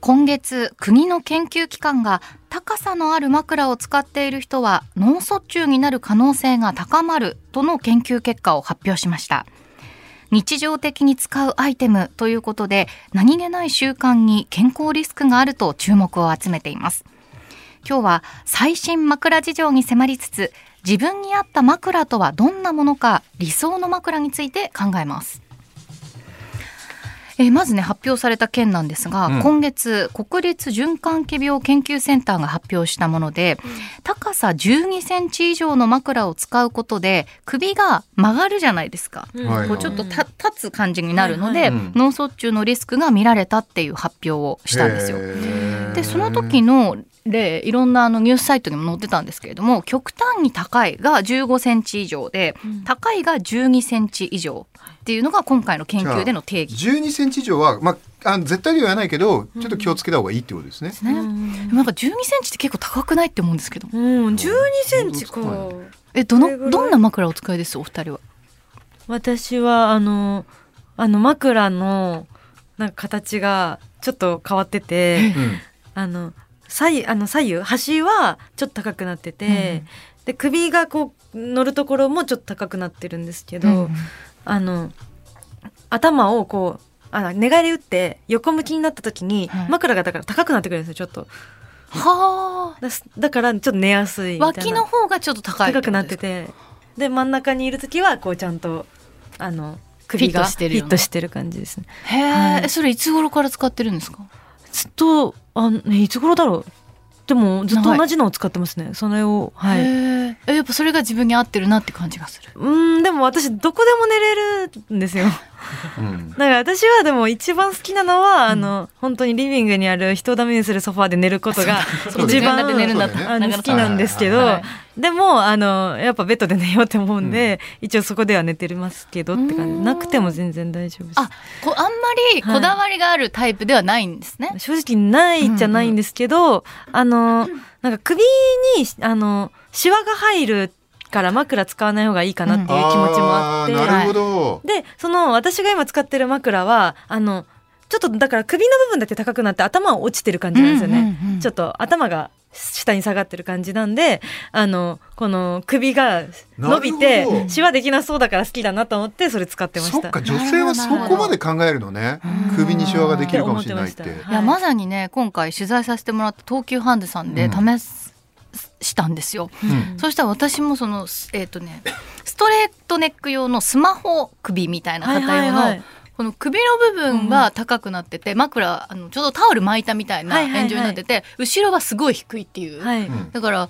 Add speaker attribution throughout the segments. Speaker 1: 今月国の研究機関が高さのある枕を使っている人は脳卒中になる可能性が高まるとの研究結果を発表しました日常的に使うアイテムということで何気ない習慣に健康リスクがあると注目を集めています今日は最新枕事情に迫りつつ自分に合った枕とはどんなものか理想の枕について考えますえーまずね発表された件なんですが、
Speaker 2: うん
Speaker 1: 今月国立循環器病研究センターが発表したもので、高さ12センチ以上の枕を使うことで首が曲がるじゃないですか、
Speaker 2: はいはい
Speaker 1: こうちょっとた立つ感じになるので、
Speaker 3: はい
Speaker 2: はいうん
Speaker 1: 脳卒中のリスクが見られたっていう発表をしたんですよ。
Speaker 2: へー
Speaker 1: でその時の例いろんなあのニュースサイトにも載ってたんですけれども極端に高いが15センチ以上で、高いが12センチ以上っていうのが今回の研究での定義
Speaker 2: 12センチ以上は、まあ、あの絶対には言わないけど、ちょっと気をつけた方がいいってことですね。
Speaker 1: ですね。でもなんか12センチって結構高くないって思うんですけど
Speaker 3: うん、12センチか。
Speaker 1: えど
Speaker 3: これぐ
Speaker 1: の
Speaker 3: らい
Speaker 1: どんな枕をお使いですお二人は
Speaker 3: 私は、あの、あの枕の、なんか形が、ちょっと変わってて、
Speaker 2: うん
Speaker 3: あの、左右、あの左右、端はちょっと高くなってて、で、首がこう、乗るところもちょっと高くなってるんですけど、あの、頭をこう、あ寝返り打って横向きになった時に
Speaker 1: はい
Speaker 3: 枕がだから高くなってくるんですよちょっと
Speaker 1: はあ
Speaker 3: だだからちょっと寝やすいみた
Speaker 1: 脇
Speaker 3: いな
Speaker 1: の方がちょっと高い
Speaker 3: 高くなっててで真ん中にいる時はこうちゃんとあの首が
Speaker 1: フ
Speaker 3: フ
Speaker 1: ィットしてる
Speaker 3: ィ
Speaker 1: ような
Speaker 3: ットしてる感じですね
Speaker 1: へえ、
Speaker 3: はい
Speaker 1: それいつ頃から使ってるんですか
Speaker 3: ずっとあねいつ頃だろうでもずっと
Speaker 1: 長い
Speaker 3: 同じのを使ってますねそれをは
Speaker 1: へ
Speaker 3: い
Speaker 1: ええやっぱそれが自分に合ってるなって感じがする
Speaker 3: うんでも私どこでも寝れる んですよだ
Speaker 2: うん
Speaker 3: から私はでも一番好きなのは、あの本当にリビングにある人をダメにするソファーで寝ることが
Speaker 2: そうだ
Speaker 3: 一
Speaker 1: 自分
Speaker 3: 番
Speaker 1: だって寝るんだった
Speaker 2: そうだ
Speaker 3: あ
Speaker 1: な
Speaker 3: の
Speaker 1: かな
Speaker 3: 好
Speaker 1: か
Speaker 3: きなんですけど、
Speaker 1: はい
Speaker 3: でもあのやっぱベッドで寝ようと思うんで、 一応そこでは寝てますけどって感
Speaker 1: う
Speaker 3: じ
Speaker 1: ん
Speaker 3: なくても全然大丈夫です
Speaker 1: あこあんまりこだわりがあるタイプではないんですね、
Speaker 3: 正直ないじゃないんですけど、あのなんか首にあのシワが入るから枕使わない方がいいかなっていう気持ちもあって、
Speaker 2: ーなるほど。
Speaker 3: でその私が今使ってる枕はあのちょっとだから首の部分だけ高くなって頭は落ちてる感じなんですよね、
Speaker 1: うんうんうん
Speaker 3: ちょっと頭が下に下がってる感じなんであのこの首が伸び
Speaker 2: なる
Speaker 3: て
Speaker 2: ほど
Speaker 3: シワできなそうだから好きだなと思ってそれ使ってま
Speaker 2: そ
Speaker 3: し。
Speaker 2: ったか女性はそこまで考えるのね
Speaker 1: うん
Speaker 2: 首にシワができるかもしれないっ
Speaker 3: って
Speaker 2: て
Speaker 3: 思ってまし
Speaker 1: いや
Speaker 3: はい
Speaker 1: まさにね今回取材させてもらった東急ハンデさんで
Speaker 2: う
Speaker 1: 試す、したんですよ、
Speaker 2: うん
Speaker 1: そしたら私もそのすえっ、とねストレートネック用のスマホ首みたいな方用の、
Speaker 3: はい
Speaker 1: この首の部分が高高くなってて、枕あのちょうどタオル巻いたみたいな
Speaker 3: はいはいはい
Speaker 1: 円状になってて、後ろはすごい低いっていう、
Speaker 3: はいはい
Speaker 2: うん
Speaker 1: だから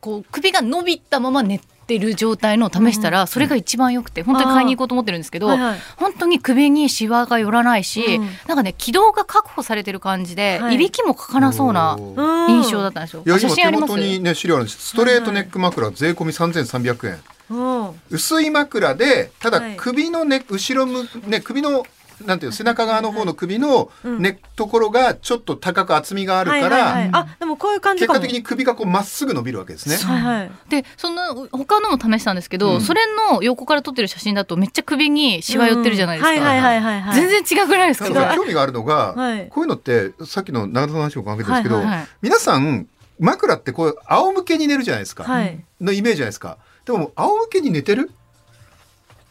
Speaker 1: こう首が伸びたまま寝てる状態のを試したら、それが一番良くて本当に買いに行こうと思ってるんですけど、
Speaker 3: はいはい
Speaker 1: 本当に首にシワが寄らないし、
Speaker 3: うん
Speaker 1: なんかね軌道が確保されてる感じで、
Speaker 3: はい
Speaker 1: いびきもかからそうな
Speaker 2: おー
Speaker 3: うん
Speaker 1: 印象だったんですよ。
Speaker 2: いや
Speaker 1: 写
Speaker 2: 今
Speaker 1: 真あ
Speaker 2: 手
Speaker 1: ります
Speaker 2: 元にね資料あるんですストレートネック枕税込み3300円
Speaker 3: うん
Speaker 2: 薄い枕でた
Speaker 3: は
Speaker 2: だ
Speaker 3: い
Speaker 2: 首のね後ろむね首のなんていうの背中側の方の首のねところがちょっと高く厚みがあるか
Speaker 3: はいはいはい
Speaker 2: ら
Speaker 3: あでもこういう感じ
Speaker 2: 結
Speaker 3: かも
Speaker 2: 果的に首がこうまっすぐ伸びるわけですね
Speaker 3: はいはい
Speaker 1: でその他のも試したんですけど、
Speaker 2: うん
Speaker 1: それの横から撮ってる写真だとめっちゃ首にシワ寄ってるじゃないですか、
Speaker 3: うんはいはいはいはいはい
Speaker 1: 全然違くないです
Speaker 2: な
Speaker 1: か
Speaker 2: ん
Speaker 1: これ
Speaker 2: か興味があるのが、
Speaker 3: はい
Speaker 2: こういうのってさっきの長田さんの話も関係ですけど、
Speaker 3: はい
Speaker 1: はいはい
Speaker 2: 皆さん枕ってこう仰向けに寝るじゃないですか、
Speaker 3: はい
Speaker 2: のイメージじゃないですかでも仰向けに寝てる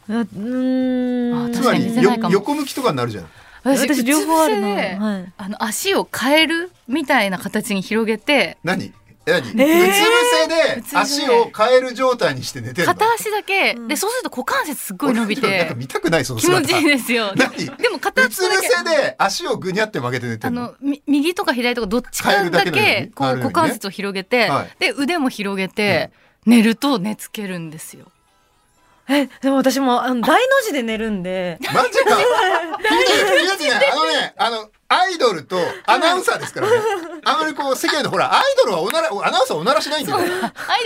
Speaker 3: うーん
Speaker 1: あ
Speaker 2: つ
Speaker 1: 確
Speaker 2: ま
Speaker 1: かに
Speaker 2: り
Speaker 1: 寝て
Speaker 2: よ
Speaker 1: ないかも
Speaker 2: 横向きとかになるじゃん
Speaker 3: 私両方あるの
Speaker 1: うつ伏せで
Speaker 3: はい
Speaker 1: あの足を変えるみたいな形に広げて
Speaker 2: 何何、
Speaker 3: えー
Speaker 2: うつ伏せで
Speaker 1: うつ伏せ
Speaker 2: 足を変える状態にして寝てるの
Speaker 1: 片足だけ、
Speaker 3: うん
Speaker 1: でそうすると股関節すっごい伸び
Speaker 2: 俺なん
Speaker 1: て
Speaker 2: か見たくないその
Speaker 1: 気持
Speaker 2: 姿
Speaker 1: ちいいですよで
Speaker 2: 何
Speaker 1: でも片
Speaker 2: う
Speaker 1: 足
Speaker 2: つ伏
Speaker 1: だけ
Speaker 2: せで足をぐにゃって曲げて寝て
Speaker 1: あ
Speaker 2: るの
Speaker 1: のみ右とか左とかどっちかだけ
Speaker 2: 変えるだけなのに
Speaker 1: こ
Speaker 2: あ
Speaker 1: う
Speaker 2: るようにね
Speaker 1: 股関節を広げて、
Speaker 2: はい
Speaker 1: で腕も広げて、寝ると寝つけるんですよ。
Speaker 3: えでも私もあの大の字で寝る んで
Speaker 2: マジか君たち君たちねあのねあのアイドルとアナウンサーですからねあんまりこう世間のほらアイドルはおならアナウンサーはおならしないんだよ
Speaker 1: アイ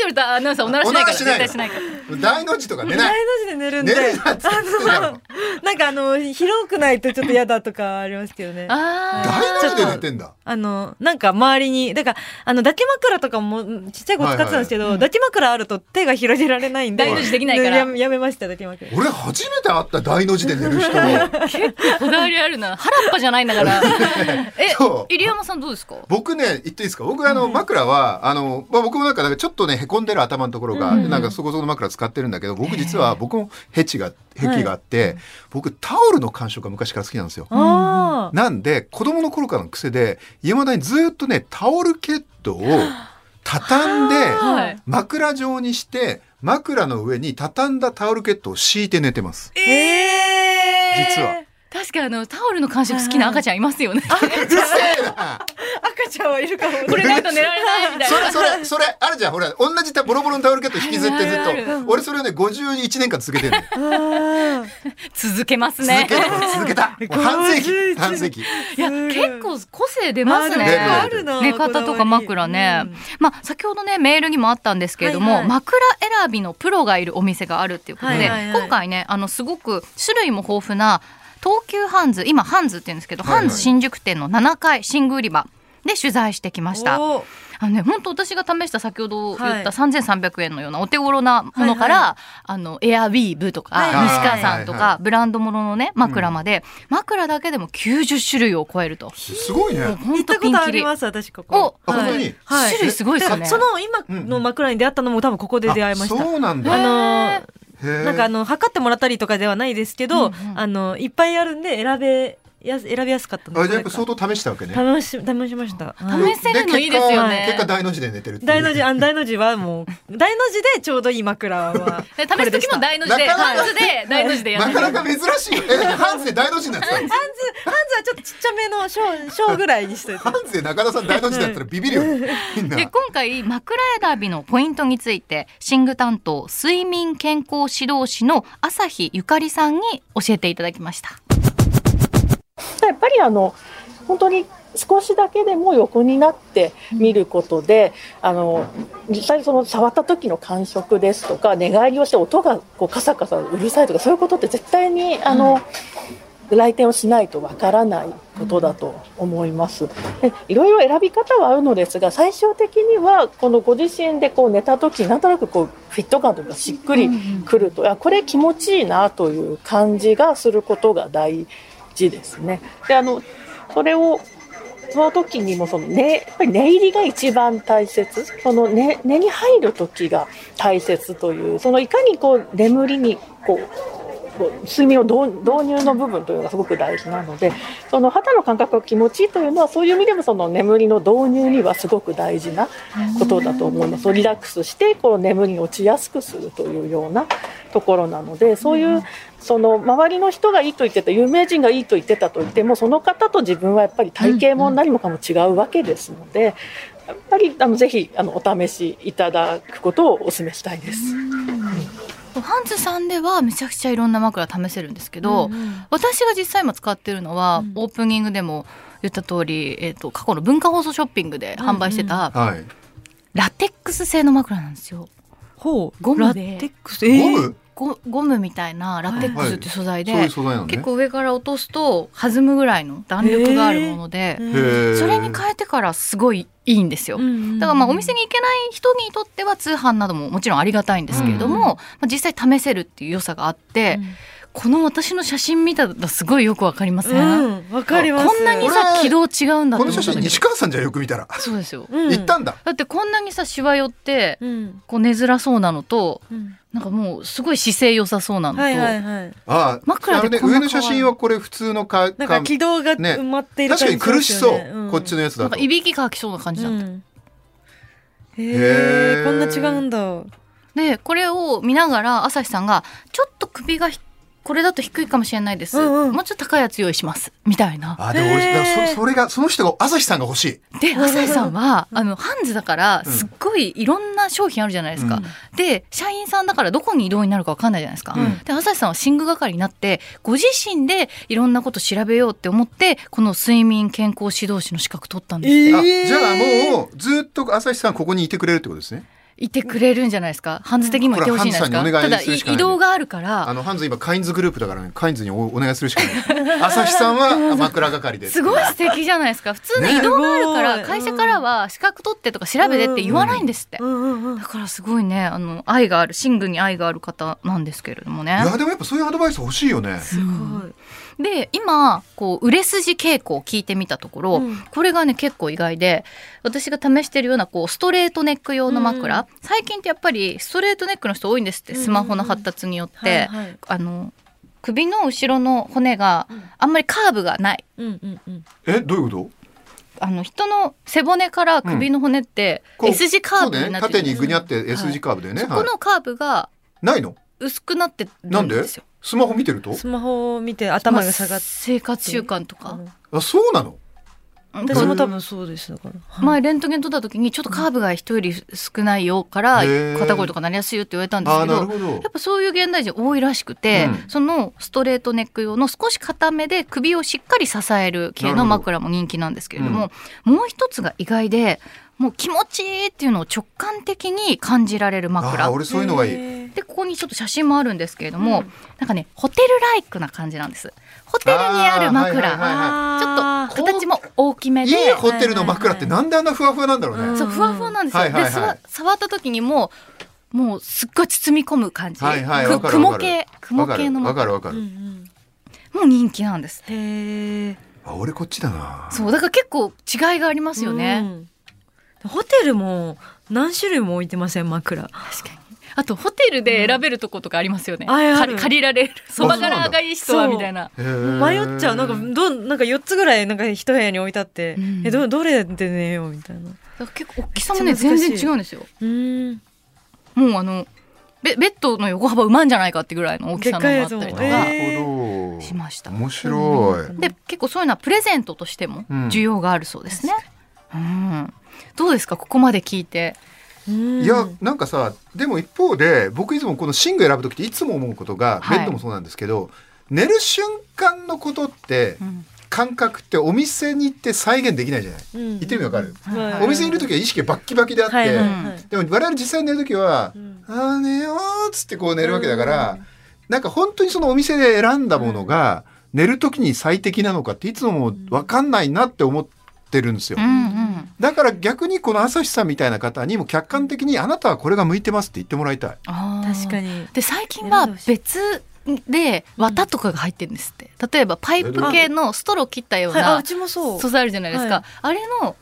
Speaker 1: ドルとアナウンサーおならしないから
Speaker 2: おな
Speaker 1: 絶
Speaker 2: ら
Speaker 1: 対
Speaker 2: し
Speaker 1: しない
Speaker 2: な
Speaker 1: いから
Speaker 2: 大の字とか寝
Speaker 3: 大
Speaker 2: ない
Speaker 3: の字で寝るんで
Speaker 2: 寝るなっつってんだろ
Speaker 3: あのなんかあの広くないとちょっと嫌だとかありますけどね
Speaker 1: あー
Speaker 2: 大の字で寝てんだ
Speaker 3: あの、なんか周りに、だから、あの、抱き枕とかも、ちっちゃい子使ってたんですけど、
Speaker 1: はいはい
Speaker 3: 抱き枕あると手が広げられないんで。
Speaker 1: 大の字できないから
Speaker 3: ややめました、抱き枕。
Speaker 2: 俺初めて会った大の字で寝る人を
Speaker 1: こだわりある な腹っぱじゃないんだからえ
Speaker 2: そう
Speaker 1: 入山さんどうですか
Speaker 2: 僕ね言っていいですか僕あの枕はあの、まあ、僕もなんかなんかちょっとねへこんでる頭のところが、
Speaker 1: うん
Speaker 2: なんかそこそこの枕使ってるんだけど僕実は僕もヘチがヘキがあって、僕タオルの感触が昔から好きなんですよ。
Speaker 3: ああ。
Speaker 2: なんで子供の頃からの癖で家まだにずっとねタオルケットを畳 んで
Speaker 3: あー
Speaker 1: はい
Speaker 2: 枕状にして枕の上に畳んだタオルケットを敷いて寝 てます。
Speaker 3: ええー。
Speaker 2: 実は。
Speaker 1: 確かにあのタオルの感触好きな赤ちゃんいますよね
Speaker 3: 赤ちゃんはいるかも。
Speaker 1: これないと寝られないみたい
Speaker 2: それ
Speaker 1: な
Speaker 2: それそれあるじゃんほら同じたボロボロのタオルケット引きずってず
Speaker 1: あるあるあ
Speaker 2: っ
Speaker 1: る
Speaker 2: と俺それをね51年間続けてるの
Speaker 3: あ
Speaker 1: 続けます
Speaker 2: 続け
Speaker 1: ね
Speaker 2: た続け たもう半世紀
Speaker 3: 51
Speaker 2: 半世紀
Speaker 3: ー
Speaker 1: いや結構個性出ますね
Speaker 2: あーでも
Speaker 3: あるな
Speaker 1: 寝方とか枕ね、
Speaker 3: うん
Speaker 1: まあ、先ほどねメールにもあったんですけれども、
Speaker 3: はいはい
Speaker 1: 枕選びのプロがいるお店があるっていうことで、
Speaker 3: はいはいはい
Speaker 1: 今回ねあのすごく種類も豊富な東急ハンズ今ハンズって言うんですけど、
Speaker 2: はいはい
Speaker 1: ハンズ新宿店の7階寝具売り場で取材してきました
Speaker 3: おー
Speaker 1: あのね本当私が試した先ほど言った3300円のようなお手頃なものか
Speaker 3: はい
Speaker 1: ら、あのエアウィーブとか、
Speaker 3: はい
Speaker 2: はい
Speaker 1: 西川さんとか、
Speaker 2: はいは
Speaker 1: ブランドもののね枕まで、枕だけでも90種類を超えると。
Speaker 2: すごいね
Speaker 1: もう
Speaker 3: 行
Speaker 1: 本
Speaker 3: った
Speaker 1: 当
Speaker 3: こ
Speaker 1: ピン
Speaker 3: とあ
Speaker 1: キ
Speaker 3: り
Speaker 1: リ
Speaker 3: ます、私ここ。
Speaker 1: お
Speaker 2: あ
Speaker 3: はい
Speaker 2: 本当に
Speaker 3: はい
Speaker 1: 種類すごいですよね。
Speaker 3: その今の枕に出会ったのも多分ここで出会いまし
Speaker 2: あ
Speaker 3: た。
Speaker 2: そうなんだ
Speaker 3: あ
Speaker 2: へ
Speaker 3: のー
Speaker 2: ー
Speaker 3: なんかあの測ってもらったりとかではないですけど、
Speaker 1: うんうん
Speaker 3: あのいっぱいあるんで選べやす選びやすかったんで
Speaker 2: あ
Speaker 3: す
Speaker 2: じゃあやっぱ相当試したわけね
Speaker 3: 試し試しました。
Speaker 1: 試
Speaker 3: はい
Speaker 1: しせるのいいですよね
Speaker 2: 結果結果大の字で寝てるっていう
Speaker 3: 大の字あ大の字はもう大の字でちょうどいい枕は
Speaker 1: え試す時も大の字で、
Speaker 2: なか
Speaker 1: ハ
Speaker 2: なか
Speaker 1: ンズで大の字でやって
Speaker 2: な
Speaker 1: る。
Speaker 2: かなか珍しいよね。ハンズで大の字にな ってたの。
Speaker 3: ハンズハンズはちょっとちっちゃめの小 小ぐらいにしといて
Speaker 2: ハ。ンズで中田さん大の字だったらビビるよね。みんな。
Speaker 1: で今回枕選びのポイントについて寝具担当睡眠健康指導士の朝日ゆかりさんに教えていただきました。
Speaker 4: やっぱりあの本当に少しだけでも横になって見ることで、あの実際にその触った時の感触ですとか寝返りをして音がこうカサカサうるさいとかそういうことって絶対にあの、来店をしないとわからないことだと思います。でいろいろ選び方はあるのですが最終的にはこのご自身でこう寝た時なんとなくこうフィット感というかしっくりくると、あこれ気持ちいいなという感じがすることが大事ですね。であのそれをその時にもその、ね、やっぱり寝入りが一番大切その寝寝に入る時が大切というそのいかにこう眠りにこうこう睡眠を導導入の部分というのがすごく大事なのでその肌の感覚が気持ちいいというのはそういう意味でもその眠りの導入にはすごく大事なことだと思います。リラックスしてこう眠りに落ちやすくするというようなところなのでそういうその周りの人がいいと言ってた有名人がいいと言ってたと言ってもその方と自分はやっぱり体型も何もかも違うわけですのでやっぱりあのぜひあのお試しいただくことをお勧めしたいです。
Speaker 1: ハンズさんではめちゃくちゃいろんな枕試せるんですけど、
Speaker 3: うんうん
Speaker 1: 私が実際今使ってるのは、
Speaker 3: うん
Speaker 1: オープニングでも言った通り、えっ、と過去の文化放送ショッピングで販売してた
Speaker 2: はい。
Speaker 1: ラテックス製の枕なんですよ。
Speaker 3: ほう
Speaker 1: ゴムで
Speaker 3: ラテックスえ
Speaker 2: ゴム？
Speaker 1: ゴゴムみたいなラテックスっていう素材で、
Speaker 2: そういう素材なのね。
Speaker 1: 結構上から落とすと弾むぐらいの弾力があるもので、
Speaker 3: えー
Speaker 2: へー
Speaker 1: それに変えてからすごいいいんですよ。だからまあお店
Speaker 3: に
Speaker 1: に行けない人にとっては通販などももちろんありがたいんですけれども、まあ実際試せるっていう良さがあって、この私の写真見たらすごいよくわかります
Speaker 3: う
Speaker 1: ね。
Speaker 3: んわかります
Speaker 1: こんなにさ
Speaker 2: こ
Speaker 1: 軌
Speaker 2: れ
Speaker 1: 道違うんだって
Speaker 2: こ
Speaker 1: 思っ
Speaker 2: の
Speaker 1: た
Speaker 2: 写
Speaker 1: んだ
Speaker 2: 真
Speaker 1: けど
Speaker 2: 西川さんじゃよく見たら
Speaker 1: そうですよ。
Speaker 3: うん
Speaker 2: 行ったんだ。
Speaker 1: だってこんなにさしわ寄って
Speaker 3: うん
Speaker 1: こう寝づらそうなのと
Speaker 3: うん
Speaker 1: なんかもうすごい姿勢良さそうなのと、
Speaker 3: はいはいはい
Speaker 2: ああ。
Speaker 1: 枕
Speaker 2: あのね
Speaker 1: でこん
Speaker 2: 上
Speaker 1: な
Speaker 2: の写真はこれ普通のか
Speaker 3: なん
Speaker 2: か
Speaker 3: か軌道が
Speaker 2: ね
Speaker 3: 埋まっている
Speaker 2: 確
Speaker 3: 感
Speaker 2: か
Speaker 3: じ
Speaker 2: に苦しそう
Speaker 3: しますよねん
Speaker 2: こっちのやつ
Speaker 1: な
Speaker 2: だ
Speaker 1: ん
Speaker 2: と
Speaker 1: か。いびきかきそうな感じだった。
Speaker 3: うんへ
Speaker 2: へー
Speaker 3: えこんな違うんだ
Speaker 1: でこれを見ながら朝日さんがちょっと首がひこれだと低いかもしれないです、
Speaker 3: うんうん
Speaker 1: もうちょっと高いやつ用意しますみたいな
Speaker 2: あ、でも俺、
Speaker 3: へー
Speaker 2: だからそそれが、その人が、朝日さんが欲しい。
Speaker 1: で朝井さんは
Speaker 3: うん
Speaker 1: あのハンズだから
Speaker 2: うん
Speaker 1: すっごいいろんな商品あるじゃないですか、
Speaker 2: うん
Speaker 1: で社員さんだからどこに移動になるかわかんないじゃないですか、
Speaker 2: うん
Speaker 1: で朝井さんは寝具係になってご自身でいろんなこと調べようって思ってこの睡眠健康指導士の資格取ったんです、
Speaker 2: あじゃあもう、ずっと朝日さんここにいてくれるってことですね。
Speaker 1: いてくれるんじゃないですかハンズ的にもいてほしいんじゃないですか
Speaker 2: これは
Speaker 1: た
Speaker 2: ハンズ
Speaker 1: だ
Speaker 2: さんにお願いするしかない
Speaker 1: 移動があるか
Speaker 2: あ
Speaker 1: ら
Speaker 2: の、ハンズ今、カインズグループだからね、カインズにおお願いするしかない。朝日さん は枕係で。
Speaker 1: すごい素敵じゃないです か普通ね移動があるから
Speaker 3: ね
Speaker 1: 会社からは資格取ってとか調べてって言わないんですって
Speaker 3: うんうんうん
Speaker 1: だからすごいねあの愛がある寝具に愛がある方なんですけれどもね
Speaker 2: いや、でもやっぱそういうアドバイス欲しいよね。
Speaker 3: すごい。
Speaker 1: で今こう売れ筋傾向を聞いてみたところ、
Speaker 3: うん
Speaker 1: これがね結構意外で私が試してるようなこうストレートネック用の枕、
Speaker 3: う
Speaker 1: 最近ってやっぱりストレートネックの人多いんですって
Speaker 3: うんうんうん
Speaker 1: スマホの発達によって、
Speaker 3: はいはい
Speaker 1: あの首の後ろの骨があんまりカーブがない
Speaker 3: うんうんうん。
Speaker 2: え、どういうこと
Speaker 1: あの人の背骨から首の骨って
Speaker 2: こう
Speaker 1: S 字カーブ
Speaker 2: そう
Speaker 1: にな
Speaker 2: ね
Speaker 1: って
Speaker 2: 縦
Speaker 1: るんで
Speaker 2: に
Speaker 1: す
Speaker 2: ぐにゃって S 字カーブだよね。
Speaker 1: そ
Speaker 2: は
Speaker 1: こ
Speaker 2: い
Speaker 1: のカーブが
Speaker 2: ないの
Speaker 1: 薄くなって
Speaker 2: な
Speaker 1: る
Speaker 2: ん
Speaker 1: ん
Speaker 2: で
Speaker 1: ですよ。
Speaker 2: スマホ見てると
Speaker 3: スマホを見て頭が下
Speaker 1: ま
Speaker 3: が
Speaker 1: あ
Speaker 3: って
Speaker 1: 生活習慣とか、
Speaker 2: あそうなの
Speaker 3: 私も多分そうですだから。
Speaker 1: 前
Speaker 3: い。
Speaker 1: レントゲン取った時にちょっとカーブが人より少ないよから
Speaker 2: へー
Speaker 1: 肩こりとかなりやすいよって言われたんです
Speaker 2: あ
Speaker 1: け
Speaker 2: な
Speaker 1: ど
Speaker 2: るほど
Speaker 1: やっぱそういう現代人多いらしくて、
Speaker 2: うん
Speaker 1: そのストレートネック用の少し硬めで首をしっかり支える系の枕も人気なんですけれど
Speaker 2: な
Speaker 1: ももう一つが意外でもう気持ちいいっていうのを直感的に感じられる
Speaker 2: あ
Speaker 1: 枕
Speaker 2: 俺そういうのがいい
Speaker 3: へー
Speaker 1: でここにちょっと写真もあるんですけれども、
Speaker 3: うん
Speaker 1: なんかねホテルライクな感じなんですホテルにある
Speaker 2: あーはいはい
Speaker 1: 枕
Speaker 2: はい
Speaker 1: ちょっと
Speaker 3: あー
Speaker 1: 形も大きめ
Speaker 2: い
Speaker 1: で。
Speaker 2: いホテルの枕ってなんであんなふわふわなんだろう
Speaker 3: うん
Speaker 2: ね
Speaker 1: そうふわふわなんですよ。
Speaker 2: はいはいはい
Speaker 1: でそわ触った時にもうもうすっごい包み込む感じ。
Speaker 2: はいはい
Speaker 1: く
Speaker 2: わかるわ
Speaker 1: 雲
Speaker 2: かる
Speaker 1: 系
Speaker 2: わ
Speaker 1: 雲
Speaker 2: か
Speaker 1: 系
Speaker 2: る
Speaker 1: の
Speaker 2: わか
Speaker 1: も
Speaker 2: るわか
Speaker 3: うんう
Speaker 2: る
Speaker 3: ん。
Speaker 1: う人気なんです。
Speaker 3: へえ。
Speaker 2: あ俺こっちだな
Speaker 1: そうだから結構違いがありますよね。
Speaker 3: うん。ホテルも何種類も置いてません枕。
Speaker 1: 確かに。あとホテルで選べるとことかありますよね。
Speaker 3: うんああ
Speaker 1: 借
Speaker 3: る
Speaker 1: り借りられるそば柄がいい人は
Speaker 3: そう
Speaker 1: みたいな。
Speaker 2: 迷
Speaker 3: 迷っちゃうなんか
Speaker 2: い
Speaker 3: どなんか四つぐらいなんか一部屋に置いてあって、
Speaker 1: うん
Speaker 3: えどどれで寝ようみたい
Speaker 1: だ
Speaker 3: な。
Speaker 1: から結構大きさもね
Speaker 3: めっちゃ難
Speaker 1: 全
Speaker 3: しい
Speaker 1: 然違うんですよ。
Speaker 3: うん。
Speaker 1: もうあのベベッドの横幅埋まんじゃないかってぐらいの大きさのもあったり
Speaker 3: で
Speaker 1: と
Speaker 3: っ
Speaker 1: か
Speaker 3: かいやつもえ
Speaker 2: なるほど
Speaker 1: しました。
Speaker 2: 面白い
Speaker 1: で結構そういうのはプレゼントとしても
Speaker 2: うん
Speaker 1: 需要があるそうですね。うん、どうですかここまで聞いて。
Speaker 3: うん
Speaker 2: いやなんかさでも一方で僕いつもこの寝具選ぶ時っていつも思うことが
Speaker 1: はい
Speaker 2: ベッドもそうなんですけど寝る瞬間のことって
Speaker 1: うん
Speaker 2: 感覚ってお店に行って再現できないじゃない
Speaker 3: うん
Speaker 2: 行ってみわかる
Speaker 3: はい
Speaker 1: うん
Speaker 2: お店にいる時は意識がバッキバキであって、
Speaker 3: はいはいはい
Speaker 2: でも我々実際に寝る時は
Speaker 3: うん
Speaker 2: 「ああ寝よう」っつってこう寝るわけだから、なんか本当にそのお店で選んだものが寝る時に最適なのかっていつもも分かんないなって思ってるんですよ。
Speaker 1: うん
Speaker 2: だから逆にこの朝日さんみたいな方にも客観的に「あなたはこれが向いてます」って言ってもらいたい。
Speaker 1: あー
Speaker 3: 確かに。
Speaker 1: で最近は別で綿とかが入ってるんですって。例えばパイプ系のストロー切ったよう
Speaker 3: はい、あう
Speaker 1: な
Speaker 3: ちもそう。
Speaker 1: 素材あるじゃないです
Speaker 3: は
Speaker 1: か。あれの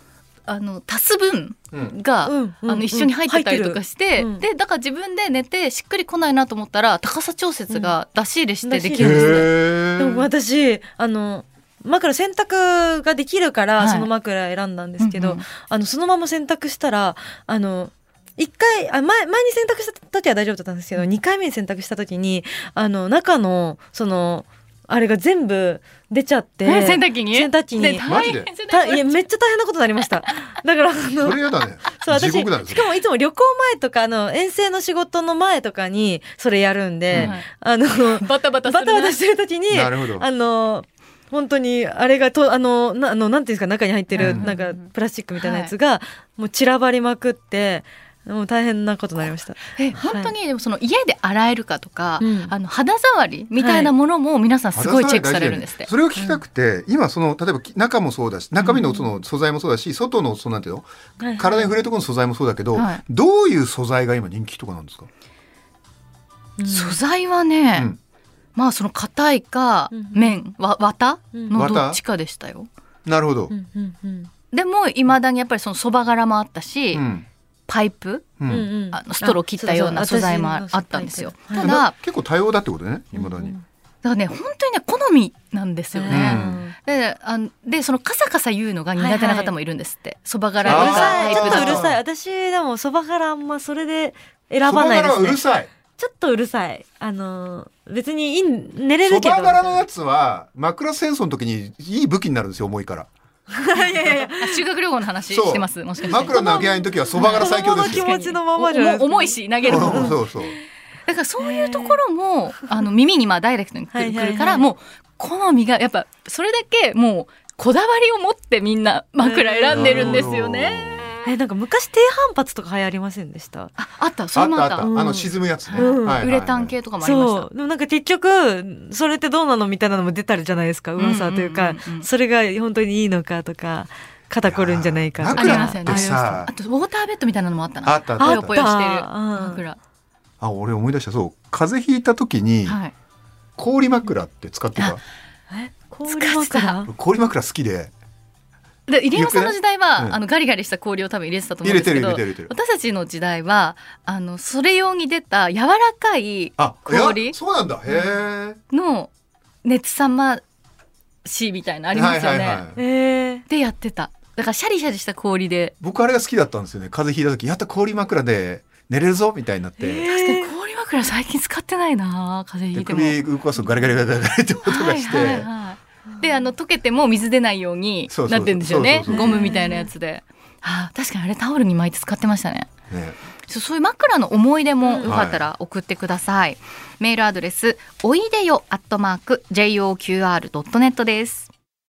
Speaker 1: あの足す分
Speaker 2: うん
Speaker 1: が、
Speaker 3: うんうん
Speaker 1: あの一緒に入ってたりとかして、
Speaker 3: うん
Speaker 1: でだから自分で寝てしっくりこないなと思ったら高さ調節が出し入れしてでき
Speaker 3: へ
Speaker 1: るんですって。
Speaker 3: 入ってるでも私あの枕洗濯ができるから、
Speaker 1: はい
Speaker 3: その枕選んだんですけど、
Speaker 1: うんうん
Speaker 3: あのそのまま洗濯したらあの一回あ前前に洗濯した時は大丈夫だったんですけど二回目に洗濯した時にあの中のそのあれが全部出ちゃって、
Speaker 1: え洗濯機に
Speaker 3: 洗濯機に
Speaker 1: ね大変
Speaker 2: マジで
Speaker 1: じゃ
Speaker 3: た
Speaker 1: ない
Speaker 3: いやめっちゃ大変なことになりま した。だからあの
Speaker 2: それやだね
Speaker 3: そう私
Speaker 2: 地獄だね
Speaker 3: しかもいつも旅行前とかあの遠征の仕事の前とかにそれやるんで、
Speaker 1: はい
Speaker 3: あの
Speaker 1: バタバタ
Speaker 3: バ
Speaker 1: する
Speaker 3: タ
Speaker 1: な
Speaker 3: バタしてる時に
Speaker 2: なるほど
Speaker 3: あの本当にあれがとあのなあのなんていうんですか中に入ってる、
Speaker 2: うん
Speaker 3: なんかプラスチックみたいなやつが、もう散らばりまくってもう大変なことになりました。
Speaker 1: え本当にでもその家で洗えるかとか、
Speaker 3: うん
Speaker 1: あの肌触りみたいなものも皆さんすごいチェックされるんですって。
Speaker 2: それを聞きたくて、今その例えば中もそうだし中身のその素材もそうだし、外のそのなんていうの
Speaker 3: はい
Speaker 2: 体に触れるところの素材もそうだけど、
Speaker 1: はい
Speaker 2: どういう素材が今人気とかなんですか、
Speaker 3: うん
Speaker 1: 素材はね、
Speaker 2: うん
Speaker 1: まあその硬いか
Speaker 3: うん
Speaker 1: 綿、わ綿
Speaker 3: うん
Speaker 1: のどっちかでしたよ。
Speaker 2: なるほど、
Speaker 3: うんうんうん
Speaker 1: でもいまだにやっぱりそのそば柄もあったし、
Speaker 2: うん
Speaker 1: パイプ
Speaker 2: う
Speaker 3: うんんうん
Speaker 1: あのストロー切ったような素材もああったんですよ。
Speaker 3: そう
Speaker 1: た
Speaker 3: 私
Speaker 1: だ
Speaker 3: の
Speaker 2: な結構多様だってことねいまだ
Speaker 1: だ
Speaker 2: に、
Speaker 1: からね本当にね好みなんですよ
Speaker 3: はい
Speaker 1: ね。であのでそのカサカサ言うのが苦手な方もいるんですって。そば
Speaker 3: う
Speaker 1: 柄
Speaker 3: る
Speaker 1: とか
Speaker 2: あ
Speaker 1: パ
Speaker 3: さ
Speaker 1: イ
Speaker 3: い
Speaker 1: プ
Speaker 3: ち
Speaker 1: と
Speaker 3: ょっとうる
Speaker 1: か。
Speaker 3: さい私でもそばからあんまそれで選
Speaker 2: そば
Speaker 3: ばな
Speaker 2: 柄
Speaker 3: いで
Speaker 2: は
Speaker 3: す
Speaker 2: う
Speaker 3: ね
Speaker 2: るさい
Speaker 3: ちょっとうるさい。あのー、別にいい寝れる
Speaker 2: そ
Speaker 3: けど。
Speaker 2: ば柄のやつは枕戦争の時にいい武器になるんですよ重いから
Speaker 3: いやいやいや
Speaker 1: あ修学旅行の話
Speaker 2: そう
Speaker 1: してますもしかして
Speaker 2: 枕投げ合いの時はそば柄最強で
Speaker 3: 子
Speaker 2: す
Speaker 3: 供
Speaker 2: よ
Speaker 3: の気持ちのままじゃないです
Speaker 1: お
Speaker 3: か
Speaker 1: お重いし投げるの
Speaker 2: うん そうそう
Speaker 1: だからそういうところも、あの耳にまあダイレクトにく
Speaker 3: は
Speaker 1: る
Speaker 3: い
Speaker 1: く
Speaker 3: はいはい
Speaker 1: るから、もう好みがやっぱそれだけもうこだわりを持ってみんな枕選んでるんですよね。
Speaker 3: えなんか昔低反発とか流行りませんでした
Speaker 1: あ、あった、そ
Speaker 2: あ
Speaker 1: れ
Speaker 2: っ
Speaker 1: もあ
Speaker 2: たあ
Speaker 1: っ。
Speaker 2: ったたあ
Speaker 3: うん
Speaker 2: の沈むやつね
Speaker 3: うん
Speaker 2: はいはいはい
Speaker 1: ウレタン系とかもありまし
Speaker 3: そ
Speaker 1: た。
Speaker 3: うでもなんか結局それってどうなのみたいなのも出たりじゃないですか噂というか、
Speaker 1: うんうんうんうん
Speaker 3: それが本当にいいのかとか肩こるんじゃないかとか
Speaker 1: ありませ
Speaker 2: 枕
Speaker 1: ん
Speaker 2: っ
Speaker 1: ね
Speaker 2: て
Speaker 1: あ
Speaker 2: さ
Speaker 1: とウォーターベッドみたいなのもあったな。
Speaker 2: あったあった
Speaker 1: ぽよぽよしてる
Speaker 3: あったうん
Speaker 1: 枕。
Speaker 2: あ俺思い出したそう風邪ひいた時に
Speaker 1: はい。
Speaker 2: 氷枕って使ってた
Speaker 3: え氷
Speaker 1: 使ってた
Speaker 3: 枕
Speaker 2: 氷枕好きで
Speaker 1: で入山さんの時代は、
Speaker 2: よくねうん
Speaker 1: あのガリガリした氷を多分入れてたと思うんですけど
Speaker 2: 入れてる入れてる入れ
Speaker 1: 私たちの時代はあのそれ用に出た柔らかい
Speaker 2: あいや
Speaker 1: 氷
Speaker 2: そうなんだへえ
Speaker 1: の熱さましみたいなのありますよね、
Speaker 3: えー、
Speaker 1: でやってただからシャリシャリした氷で
Speaker 2: 僕あれが好きだったんですよね風邪ひいた時やった氷枕で寝れるぞみたいになって、
Speaker 1: 確かに
Speaker 3: えー
Speaker 1: 氷枕最近使ってないな風邪ひ
Speaker 2: で
Speaker 1: いても
Speaker 2: 首動かすとガリガリガリガリガリって音がして、
Speaker 1: はいはいはい、であの溶けても水出ないように
Speaker 2: そうそうそう
Speaker 1: なってるんですよね
Speaker 2: そうそう
Speaker 3: そ
Speaker 1: ゴ
Speaker 3: う
Speaker 1: ムみたいなやつで、あー確かにあれタオルに巻いて使ってましたね
Speaker 2: ね、
Speaker 1: そうそういう枕の思い出もよかったら送ってください、メールアドレスおいでよアットマーク JOQR.net です